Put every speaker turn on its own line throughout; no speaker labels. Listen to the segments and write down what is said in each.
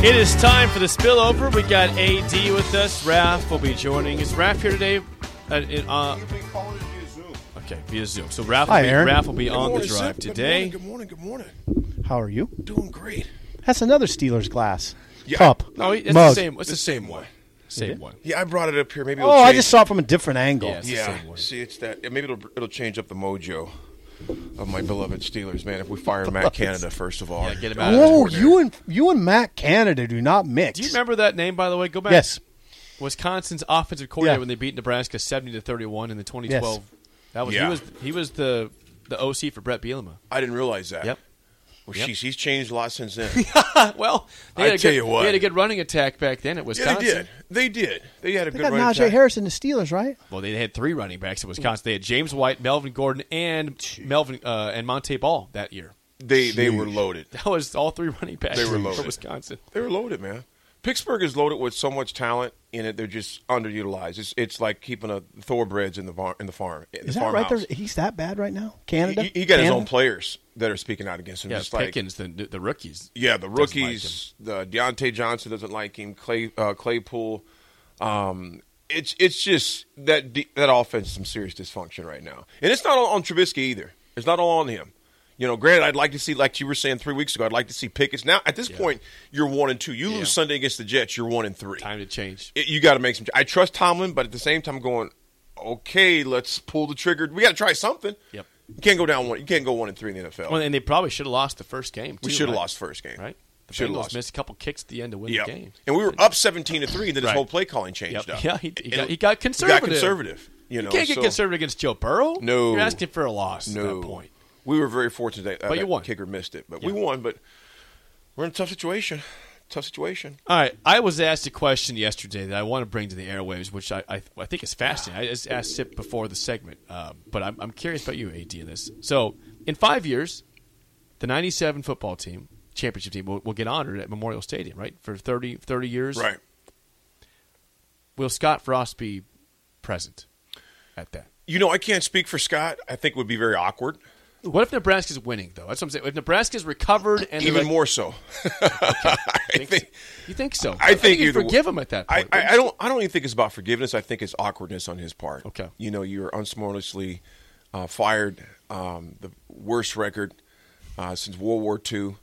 It is time for the spillover. We got AD with us. Raf will be joining. Is Raf here today? Uh, in, uh, okay, via Zoom. So Raf,
Hi,
will, be,
Aaron.
Raf will be on the
morning,
drive
Sip. Good
today.
morning, Good morning. Good morning.
How are you?
Doing great.
That's another Steelers glass.
Yeah.
Cup.
Oh, it's the
Mug.
same. It's the same
one.
same one.
Yeah, I brought it up here. Maybe. It'll
Oh, I
change-
just saw it from a different angle.
Yes.
Yeah.
Same one.
See, it's that. Maybe it'll it'll change up the mojo of my beloved Steelers, man. If we fire Matt Canada first of all,
Yeah, get him out of
Whoa, Oh, you and you and Matt Canada do not mix.
Do you remember that name, by the way? Go back.
Yes.
Wisconsin's offensive coordinator
Yeah.
when they beat Nebraska seventy to thirty-one in the twenty twelve. That was he
Yeah.
was he was the the OC for Brett Bielema.
I didn't realize that.
Yep.
Well,
Yep.
she's he's changed a lot since then.
well, they
I
had a
tell
good,
you what.
they had a good running attack back then at
yeah,
Wisconsin.
they did. They did. They had a
They
good
got
run.
Najee
attack.
Harris and the Steelers, right?
Well, they had three running backs at Wisconsin. They had James White, Melvin Gordon, and Melvin uh, and Monte Ball that year.
They they were loaded.
That was all three running backs
They were
for
loaded.
Wisconsin.
They were loaded, man. Pittsburgh is loaded with so much talent in it; they're just underutilized. It's it's like keeping a thoroughbreds in the var- in the farm. in the
Is that right there?
farmhouse.
He's that bad right now? Canada?
He, he got his
Canada?
own players that are speaking out against him.
Yeah,
just like
Pickens, the the rookies.
yeah, the
doesn't like him.
rookies, the Deontay Johnson doesn't like him. Clay uh, Claypool, um, it's it's just that de- that offense is some serious dysfunction right now, and it's not all on Trubisky either. It's not all on him. You know, granted, I'd like to see, like you were saying three weeks ago, I'd like to see Pickens. Now, at this point, you're one and two. You lose Sunday against the Jets, you're one and three
Time to change.
it- you got to make some. I trust Tomlin, but at the same time, going okay, let's pull the trigger. We got to try something.
Yep.
You can't go down one. You can't go one and three in the NFL.
Well, and they probably should have lost the first game.
we
too,
should have
right?
lost first game.
Right. The
Should have
Bengals
lost.
missed a couple kicks at the end to win
Yeah.
the game.
And we were up seventeen to three, and then his
Right.
whole play calling changed.
Yep.
Up.
Yeah, he- he
It-
got- he got
He
conservative.
got conservative. You know,
you can't get
so-
conservative against Joe Burrow.
No.
you're asking for a loss at
No
that point.
We were very fortunate that, uh,
But
that
you won.
kicker missed it, but we
Yeah.
won. But we're in a tough situation. Tough situation.
All right, I was asked a question yesterday that I want to bring to the airwaves, which I, I, I think is fascinating. I just asked Sip before the segment, uh, but I'm, I'm curious about you, AD, in this. So, in five years, the 97 football team, championship team, will, will get honored at Memorial Stadium, right? For 30, 30 years.
Right.
Will Scott Frost be present at that?
You know, I can't speak for Scott. I think it would be very awkward,
What if Nebraska's winning, though? That's what I'm saying. If Nebraska's recovered and they're
even
like-
more so. I
think so. You think so?
I think
you
either
forgive
way-
him at that
I,
point.
I, I don't. I don't even think it's about forgiveness. I think it's awkwardness on his part.
Okay.
You know, you're unceremoniously uh, fired. Um, the worst record uh, since World War II.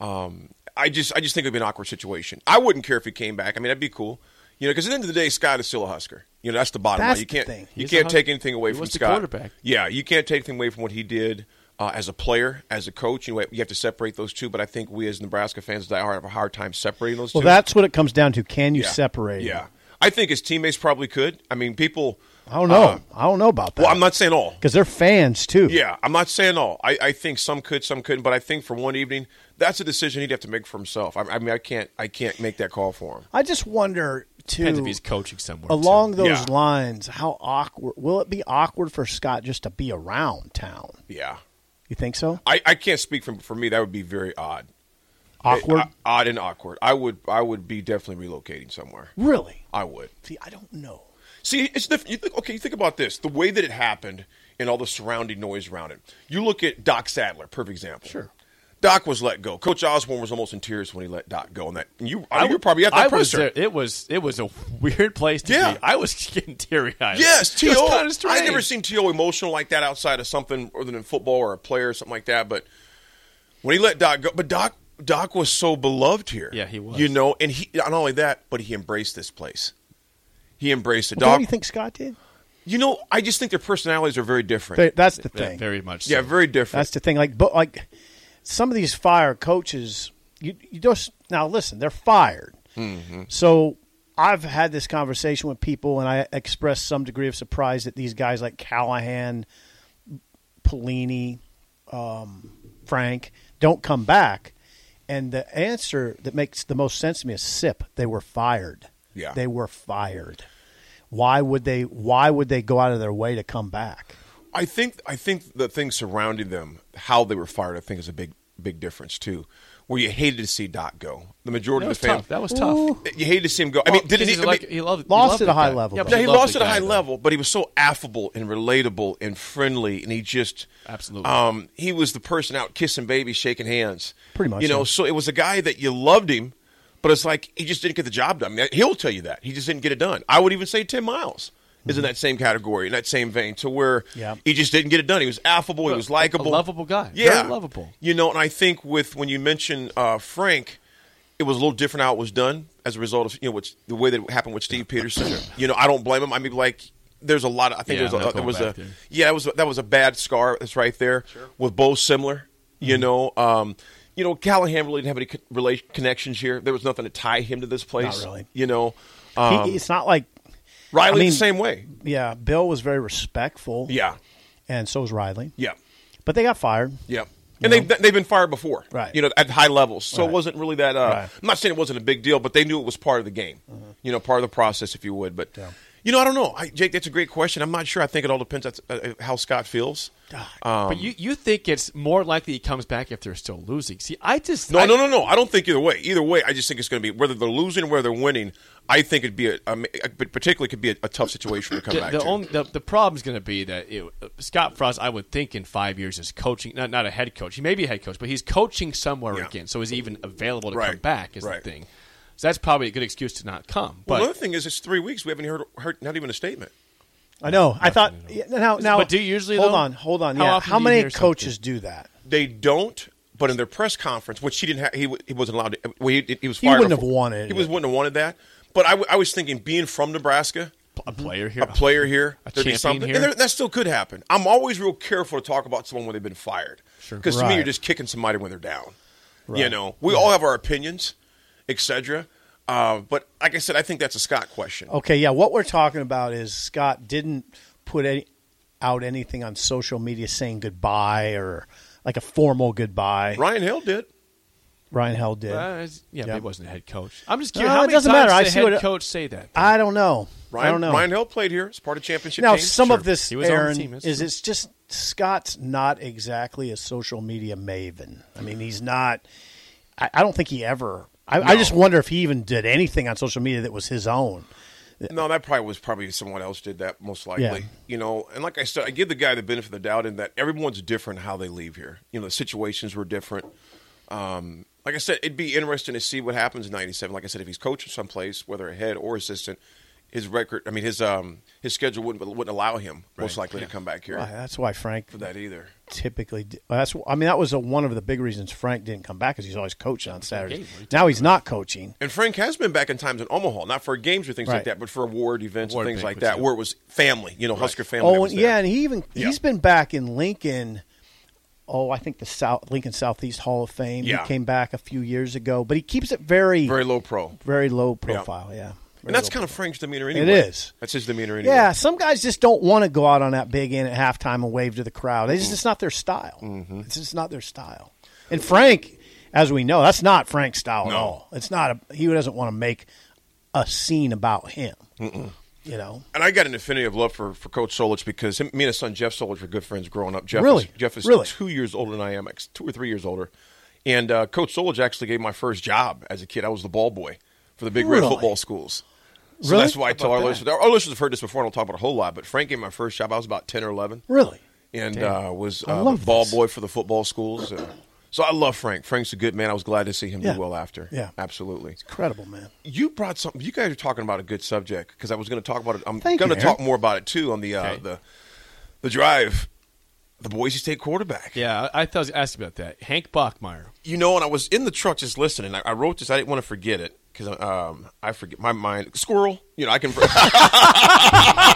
Um, I just, I just think it'd be an awkward situation. I wouldn't care if he came back. I mean, that'd be cool. You know, because at the end of the day, Scott is still a Husker. You know, that's the bottom
That's
line. You
the
can't,
thing.
you
He's a
can't
Husker.
take anything away
He
from
was the
Scott.
quarterback.
Yeah, you can't take anything away from what he did uh, as a player, as a coach. You, know, you have to separate those two. But I think we as Nebraska fans die hard have a hard time separating those
Well,
two.
that's what it comes down to. Can you
Yeah.
separate?
Yeah, I think his teammates probably could. I mean, people.
I don't know.
uh,
I don't know about that.
well, I'm not saying all.
because they're fans too.
Yeah, I'm not saying all. I, I think some could, some couldn't. But I think for one evening, that's a decision he'd have to make for himself. I, I mean, I can't, I can't make that call for him.
I just wonder too.
Depends if he's coaching somewhere. too.
along those
Yeah.
lines, how awkward will it be awkward for Scott just to be around town?
Yeah,
You think so?
I, I can't speak for for me. That would be very odd.
Awkward?
Uh, odd and awkward. I would, I would be definitely relocating somewhere.
really?
I would.
See, I don't know.
See, it's different. You think, okay, you think about this: the way that it happened and all the surrounding noise around it. You look at Doc Sadler, perfect example. Sure. Doc was let go. Coach Osborne was almost in tears when he let Doc go, and that and you, I, you were probably at that
I was
presser.
there. It was it was a weird place to
Yeah.
be. I was getting teary eyed.
Yes,
it was
T.O.
kind of
I
strange.
never seen T.O. emotional like that outside of something other than football or a player or something like that. But when he let Doc go, but Doc Doc was so beloved here.
Yeah, he was.
You know, and he not only that, but he embraced this place. He embraced it.
Well,
Doc,
don't you think Scott did?
you know, I just think their personalities are very different.
Th- That's the
Yeah,
thing.
very much.
yeah,
so.
very different.
That's the thing. Like, but like some of these fire coaches, you you just now listen. They're fired.
Mm-hmm.
So I've had this conversation with people, and I expressed some degree of surprise that these guys like Callahan, Pelini, um, Frank don't come back. And the answer that makes the most sense to me is Sip. They were fired.
Yeah.
They were fired. Why would they why would they go out of their way to come back?
I think I think the thing surrounding them, how they were fired, I think is a big big difference too. Where you hated to see Doc go. The majority
That
of
was
the fans
tough. That was tough.
you hated to see him go. I mean, didn't he? I mean,
like, he loved, he
Lost
loved
at a
the
high
guy.
level,
Yeah,
though.
but
yeah, he
loved
lost
the
at a
guy,
high
though.
level, but he was so affable and relatable and friendly, and he just
Absolutely.
Um, he was the person out kissing babies, shaking hands,
Pretty much,
You know,
yeah.
so it was a guy that you loved him, but it's like he just didn't get the job done. I mean, he'll tell you that he just didn't get it done. I would even say Tim Miles is in that same category, in that same vein, to where
Yeah.
he just didn't get it done. He was affable, he was
a
likable,
lovable guy. Very
yeah,
lovable.
You know, and I think with when you mentioned uh, Frank, it was a little different how it was done as a result of you know what's the way that it happened with Steve Peterson. you know, I don't blame him. I mean, like there's a lot. Of, I think
Yeah,
there's
I'm
a,
not
there
going
was a
back there.
yeah, that was a, that was a bad scar. That's right there with both similar. You know, um, you know Callahan really didn't have any co- relation, connections here. There was nothing to tie him to this place.
really.
You know,
He-
um,
it's not like
Riley
I mean-
the same way.
yeah, Bill was very respectful.
Yeah,
And so was Riley.
yeah.
But they got fired.
Yeah. And they've, they've been fired before,
Right.
You know, at high levels, so
Right.
it wasn't really that. Uh,
Right.
I'm not saying it wasn't a big deal, but they knew it was part of the game,
Mm-hmm.
you know, part of the process, if you would. But you know, I don't know, I, Jake. That's a great question. I'm not sure. I think it all depends on uh, how Scott feels. Uh,
but you, you think it's more likely he comes back if they're still losing. See, I just
No,
I,
no, no, no. I don't think either way. Either way, I just think it's going to be whether they're losing or whether they're winning. I think it'd be a, a, but particularly could be a, a tough situation to come
The,
back
the
to.
only the, the problem is going to be that it, Scott Frost, I would think, in five years is coaching not not a head coach. He may be a head coach, but he's coaching somewhere
Yeah.
again. So is he even available to come
Right.
back? Is
Right.
the thing. So that's probably a good excuse to not come.
well,
But
another thing is, it's three weeks. We haven't heard, heard not even a statement.
I know. I thought yeah, now now
But do you usually,
Hold
though?
on, hold on.
How
yeah.
often
How
do you hear
many
something?
coaches do that?
They don't. But in their press conference, which he didn't have, he, wa- he wasn't allowed to. Well, he, he was
He
fired
wouldn't have
before-
wanted
He
it.
was wouldn't have wanted that. But I, w- I was thinking, being from Nebraska,
Mm-hmm. a player here,
a player here,
A
there'd be
champion
something,
here.
and there, that still could happen. I'm always real careful to talk about someone when they've been fired,
Sure.
because to
Right.
me, you're just kicking somebody when they're down. You
Right.
know, we all have our opinions, etc. Uh, but like I said, I think that's a Scott question.
Okay, yeah. What we're talking about is Scott didn't put any, out anything on social media saying goodbye or like a formal goodbye.
Ryan Hill did.
Ryan Hell did.
Uh, it's- yeah,
Yeah.
but he wasn't a head coach. I'm just curious.
No,
how
it
many
doesn't
times
matter. I
does a
see
head
what-
coach say that?
I don't know.
Ryan,
I don't know.
Ryan Hill played here as part of championship.
now,
team.
some of
Sure.
this,
He was on the
Aaron,
team, that's
is
true.
it's just Scott's not exactly a social media maven. I mean, he's not. I, I don't think he ever. I, I just wonder if he even did anything on social media that was his own.
No, that probably was probably someone else did that most likely.
Yeah.
You know, and like I said, I give the guy the benefit of the doubt in that everyone's different how they leave here. You know, the situations were different. Um, like I said, it'd be interesting to see what happens in '97. Like I said, if he's coaching someplace, whether a head or assistant, his record, I mean, his um, his schedule wouldn't wouldn't allow him most likely to come back here
Why- That's why Frank
for that either.
typically d- that's I mean that was a, one of the big reasons Frank didn't come back because he's always coaching on Saturdays.
game, right?
Now he's not coaching.
And Frank has been back in times in Omaha, not for games or things
Right.
like that, but for award events
Award
and things like
banquets,
that,
yeah.
where it was family. You know, Husker family. that
Oh
was
and-
there.
yeah, and he even
Yeah.
he's been back in Lincoln. Oh, I think the South Lincoln Southeast Hall of Fame.
Yeah.
He came back a few years ago, but he keeps it
very
very very,
low pro.
low profile. Yeah,
And that's kind of Frank's demeanor
It
anyway.
is.
That's his demeanor anyway.
yeah. Some guys just don't want to go out on that big end at halftime and wave to the crowd. It's
Mm-hmm.
just not their style. It's just not their style. And Frank, as we know, that's not Frank's style at
No.
all. It's not. A, he doesn't want to make a scene about him. You know.
And I got an affinity of love for, for Coach Solich because him, me and his son Jeff Solich were good friends growing up. Jeff
Really?
Is, Jeff is
Really?
two years older than I am, ex- two or three years older. And uh, Coach Solich actually gave my first job as a kid. I was the ball boy for the Big Red
Really?
football schools. So
Really?
that's why I tell our listeners. Our listeners have heard this before, and I'll talk about it a whole lot. But Frank gave my first job. I was about ten or eleven,
Really?
and uh, was
I
uh, the
love
ball
this.
boy for the football schools. Uh, so I love Frank. Frank's a good man. I was glad to see him
Yeah.
do well after.
Yeah.
absolutely
Incredible, man.
you brought something. You guys are talking about a good subject because I was going to talk about it. I'm
Thank
going to
you,
talk
Aaron.
more about it too on the uh,
Okay.
the the drive, the Boise State quarterback.
yeah, I, I thought I was asking about that. Hank Bachmeyer.
You know, and I was in the truck just listening. I, I wrote this. I didn't want to forget it because um, I forget my mind. Squirrel. You know, I can.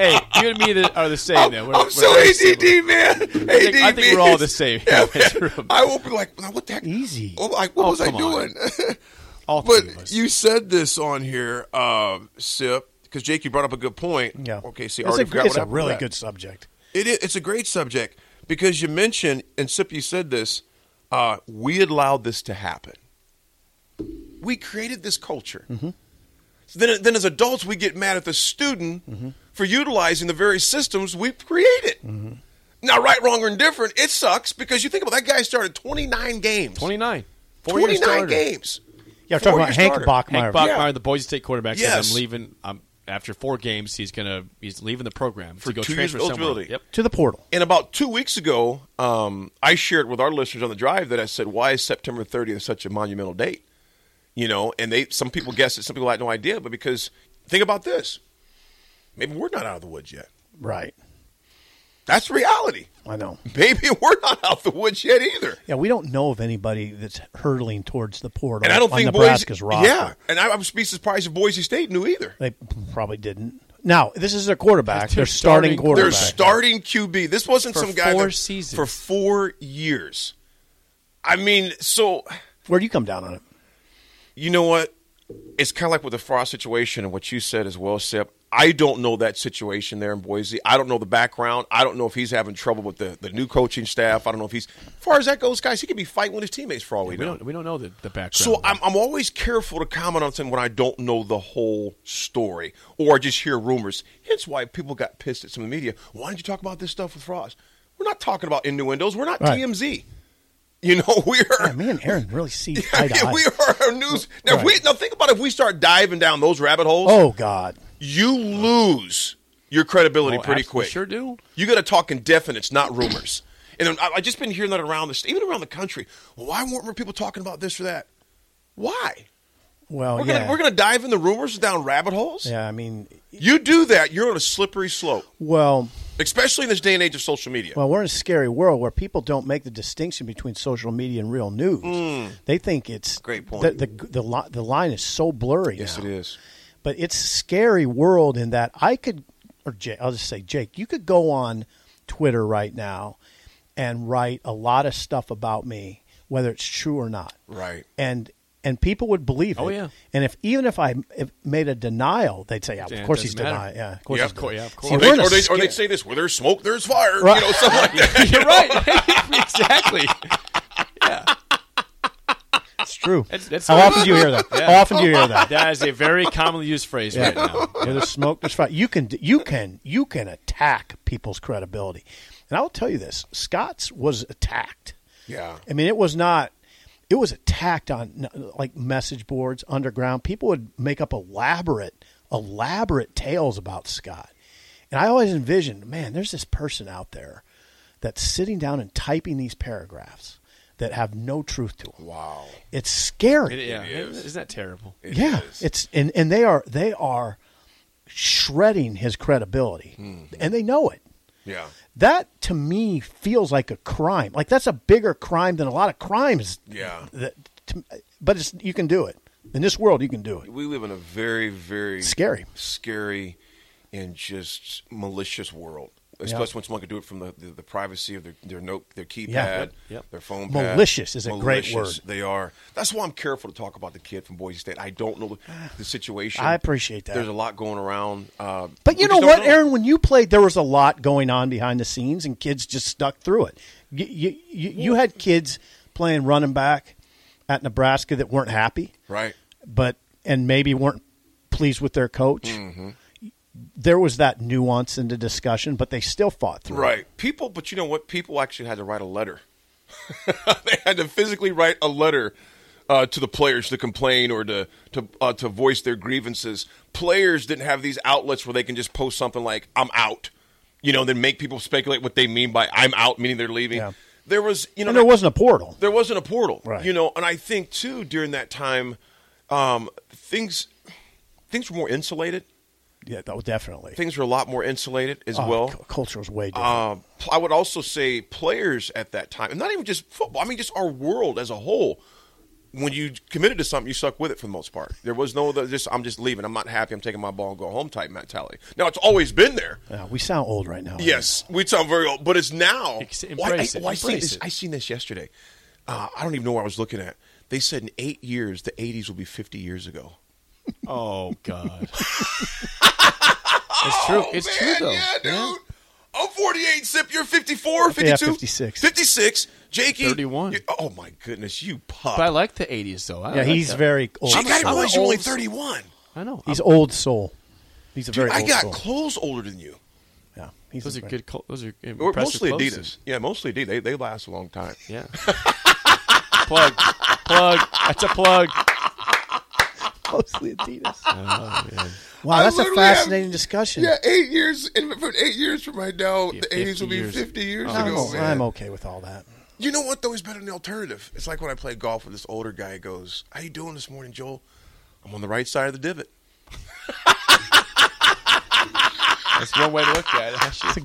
Hey, you and me that are the same. Then we're,
Oh, I'm
we're
so
very
ADD, man. ADD.
think- I think we're all the same
Yeah,
in this
man.
room.
I will be like, what the heck?
Easy.
What, like, what
Oh,
was I
come on.
doing?
All three of
But
us.
you said this on here, uh, Sip, because Jake, you brought up a good point.
Yeah.
Okay, see, I
it's
already
a,
forgot
it's
what
a
happened to
really
that.
good subject.
It is. It's a great subject because you mentioned, and Sip, you said this. Uh, we allowed this to happen. We created this culture Then, then as adults, we get mad at the student for utilizing the very systems we've created. Now, right, wrong, or indifferent, it sucks because you think about that guy started 29 games.
Twenty nine.
29 games.
Yeah, we're talking
Four
about
years
Hank
starter.
Bachmeyer.
Hank Bachmeyer, the Boise State quarterback, says
Yes.
I'm leaving. I'm after four games. He's gonna he's leaving the program to go
two years
transfer
of
somewhere.
eligibility.
Yep.
to the portal.
And about two weeks ago, um, I shared with our listeners on the drive that I said, "Why is September 30th such a monumental date?" You know, and they some people guessed it, some people had no idea. But because think about this, maybe we're not out of the woods yet.
Right.
That's the reality.
I know.
Maybe we're not out of the woods yet either.
Yeah, we don't know of anybody that's hurtling towards the portal
And I don't
on
think
Nebraska's
Boise,
roster.
yeah. And I, I would be surprised if Boise State knew either.
They probably didn't. Now, this is their quarterback.
That's
Their
their
starting
starting
quarterback.
They're starting QB. This wasn't
For
some guy
four
that-
seasons.
for four years. I mean, so
Where do you come down on it?
you know what? It's kind of like with the Frost situation and what you said as well, Sip. I don't know that situation there in Boise. I don't know the background. I don't know if he's having trouble with the, the new coaching staff. I don't know if he's, as far as that goes, guys, he could be fighting with his teammates for all we
We
know.
don't we don't know the, the background.
So I'm, I'm always careful to comment on something when I don't know the whole story or I just hear rumors. Hence why people got pissed at some of the media. Why didn't you talk about this stuff with Frost? We're not talking about innuendos. We're not
Right.
TMZ. You know, we are
Man, me and Aaron really see
I
eye to
mean,
eye.
we are our news. Now, if we,
Right.
now think about if we start diving down those rabbit holes,
Oh God.
you lose your credibility
Oh,
pretty
abs- we
quick.
sure do.
You got to talk in definites, not rumors. and then I, I just been hearing that around the st- even around the country. Why weren't more people talking about this or that? Why?
Well,
we're
Oh, yeah.
gonna we're gonna dive in the rumors down rabbit holes.
yeah, I mean,
You do that, you're on a slippery slope,
well,
especially in this day and age of social media.
well, we're in a scary world where people don't make the distinction between social media and real news. They think it's
Great point.
The the, the, li- the line is so blurry.
yes,
now.
it is.
but it's a scary world in that I could, or Jake, I'll just say Jake, you could go on Twitter right now and write a lot of stuff about me, whether it's true or not,
Right.
and and people would believe it.
Oh, yeah.
And if even if I if made a denial, they'd say, yeah, of
Yeah, it
course he's
doesn't matter.
denying. Yeah, of course.
Yeah,
he's
of course-
denying.
yeah, of course.
See,
Or,
we're
they,
in a
or, they, or
sca-
they'd say this: "Where there's smoke, there's fire."
Right.
You know, something like that.
You're right. exactly.
it's true.
That's- that's-
How often do you hear that? How often do you hear that?
That is a very commonly used phrase right now.
Where there's smoke, there's fire. You can you can you can attack people's credibility, and I'll tell you this: Scott's was attacked.
Yeah.
I mean, it was not. It was attacked on like message boards, underground. People would make up elaborate, elaborate tales about Scott, and I always envisioned, man, there's this person out there that's sitting down and typing these paragraphs that have no truth to them.
Wow.
It's scary.
It, yeah, isn't that terrible?
yeah, it's and and they are they are shredding his credibility, and they know it.
Yeah.
That to me feels like a crime. Like that's a bigger crime than a lot of crimes.
Yeah.
That, to, but it's you can do it in this world. You can do it.
we live in a very very
Scary.
scary and just malicious world especially when someone can do it from the, the, the privacy of their, their note their keypad
Yeah. Yep,
yep.
their phone pad.
Malicious is a great word.
they are that's why i'm careful to talk about the kid from boise state i don't know the, the situation
I appreciate that.
there's a lot going around uh,
But
we
you know
just don't
what, Aaron? When you played, there was a lot going on behind the scenes, and kids just stuck through it. You, you, you, you had kids playing running back at Nebraska that weren't happy.
right
but and maybe weren't pleased with their coach.
Mm-hmm.
There was that nuance in the discussion, but they still fought through. it.
Right. People, but you know what? People actually had to write a letter. they had to physically write a letter uh, to the players to complain or to to uh, to voice their grievances. Players didn't have these outlets where they can just post something like "I'm out," you know, then make people speculate what they mean by "I'm out," meaning they're leaving.
Yeah.
There was, you know,
And there wasn't a portal.
there wasn't a portal,
Right.
you know. And I think too during that time, um, things things were more insulated.
Yeah, that was definitely.
Things were a lot more insulated as
Oh,
well.
cu- culture was way different.
Um, I would also say players at that time, and not even just football. I mean, just our world as a whole. When you committed to something, you stuck with it for the most part. There was no other- just I'm just leaving. I'm not happy. I'm taking my ball and go home type mentality. Now it's always been there.
Oh,
Yeah, we sound old right now.
Yes, we sound very old, but it's now.
Ex-
Why-
embrace
I,
it,
why I seen
embrace
this,
it.
I seen this yesterday. Uh, I don't even know where I was looking at. They said in eight years, the '80s will be 50 years ago.
Oh God. it's true. It's
Oh, Man,
true though.
Yeah, dude. I'm 48, Sip. You're 54, 52?
Yeah, 56.
56. Jakey.
31.
you- oh, my goodness. You pup.
But I like the '80s though. I
Yeah,
like
he's
that.
very old.
Jake, I
I'm
didn't
an
realize you were only
old-
31.
I know.
He's
I'm-
old soul. He's a very
I
old
got
soul.
clothes older than you.
yeah, he's
Those
a
are
very-
good. col- Those are
Or
impressive
mostly
clothes.
Adidas. Yeah, mostly Adidas. They, they last a long time.
Yeah. plug. Plug. That's a plug.
Mostly Adidas.
Oh, man.
Wow,
I
that's a
literally have-
fascinating discussion.
Yeah, eight years. In, from eight years from right now,
Yeah,
the eighties
50
will be
years.
fifty years
Oh,
I'm,
ago.
o-
man.
I'm okay with all that.
You know what though is better than the alternative. It's like when I play golf with this older guy. He goes, "How you doing this morning, Joel? I'm on the right side of the divot."
That's one way to look at it. I should,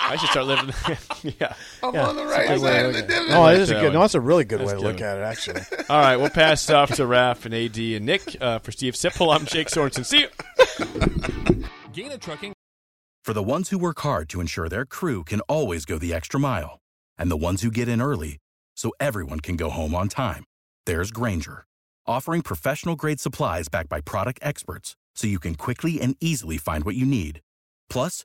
I should start living. yeah.
I'm
Yeah,
on the
it's a
right
good way
side
to
of the
look at
divot.
it. No, it Oh, is a
That
good. No,
one.
that's a really good
That's
way to
good.
look at it. Actually,
All right. We'll pass it off to Raph and AD and Nick uh, for Steve Sipple. I'm Jake Sorensen. See you.
Gaina Trucking.
For the ones who work hard to ensure their crew can always go the extra mile, and the ones who get in early so everyone can go home on time, there's Granger, offering professional grade supplies backed by product experts so you can quickly and easily find what you need. Plus,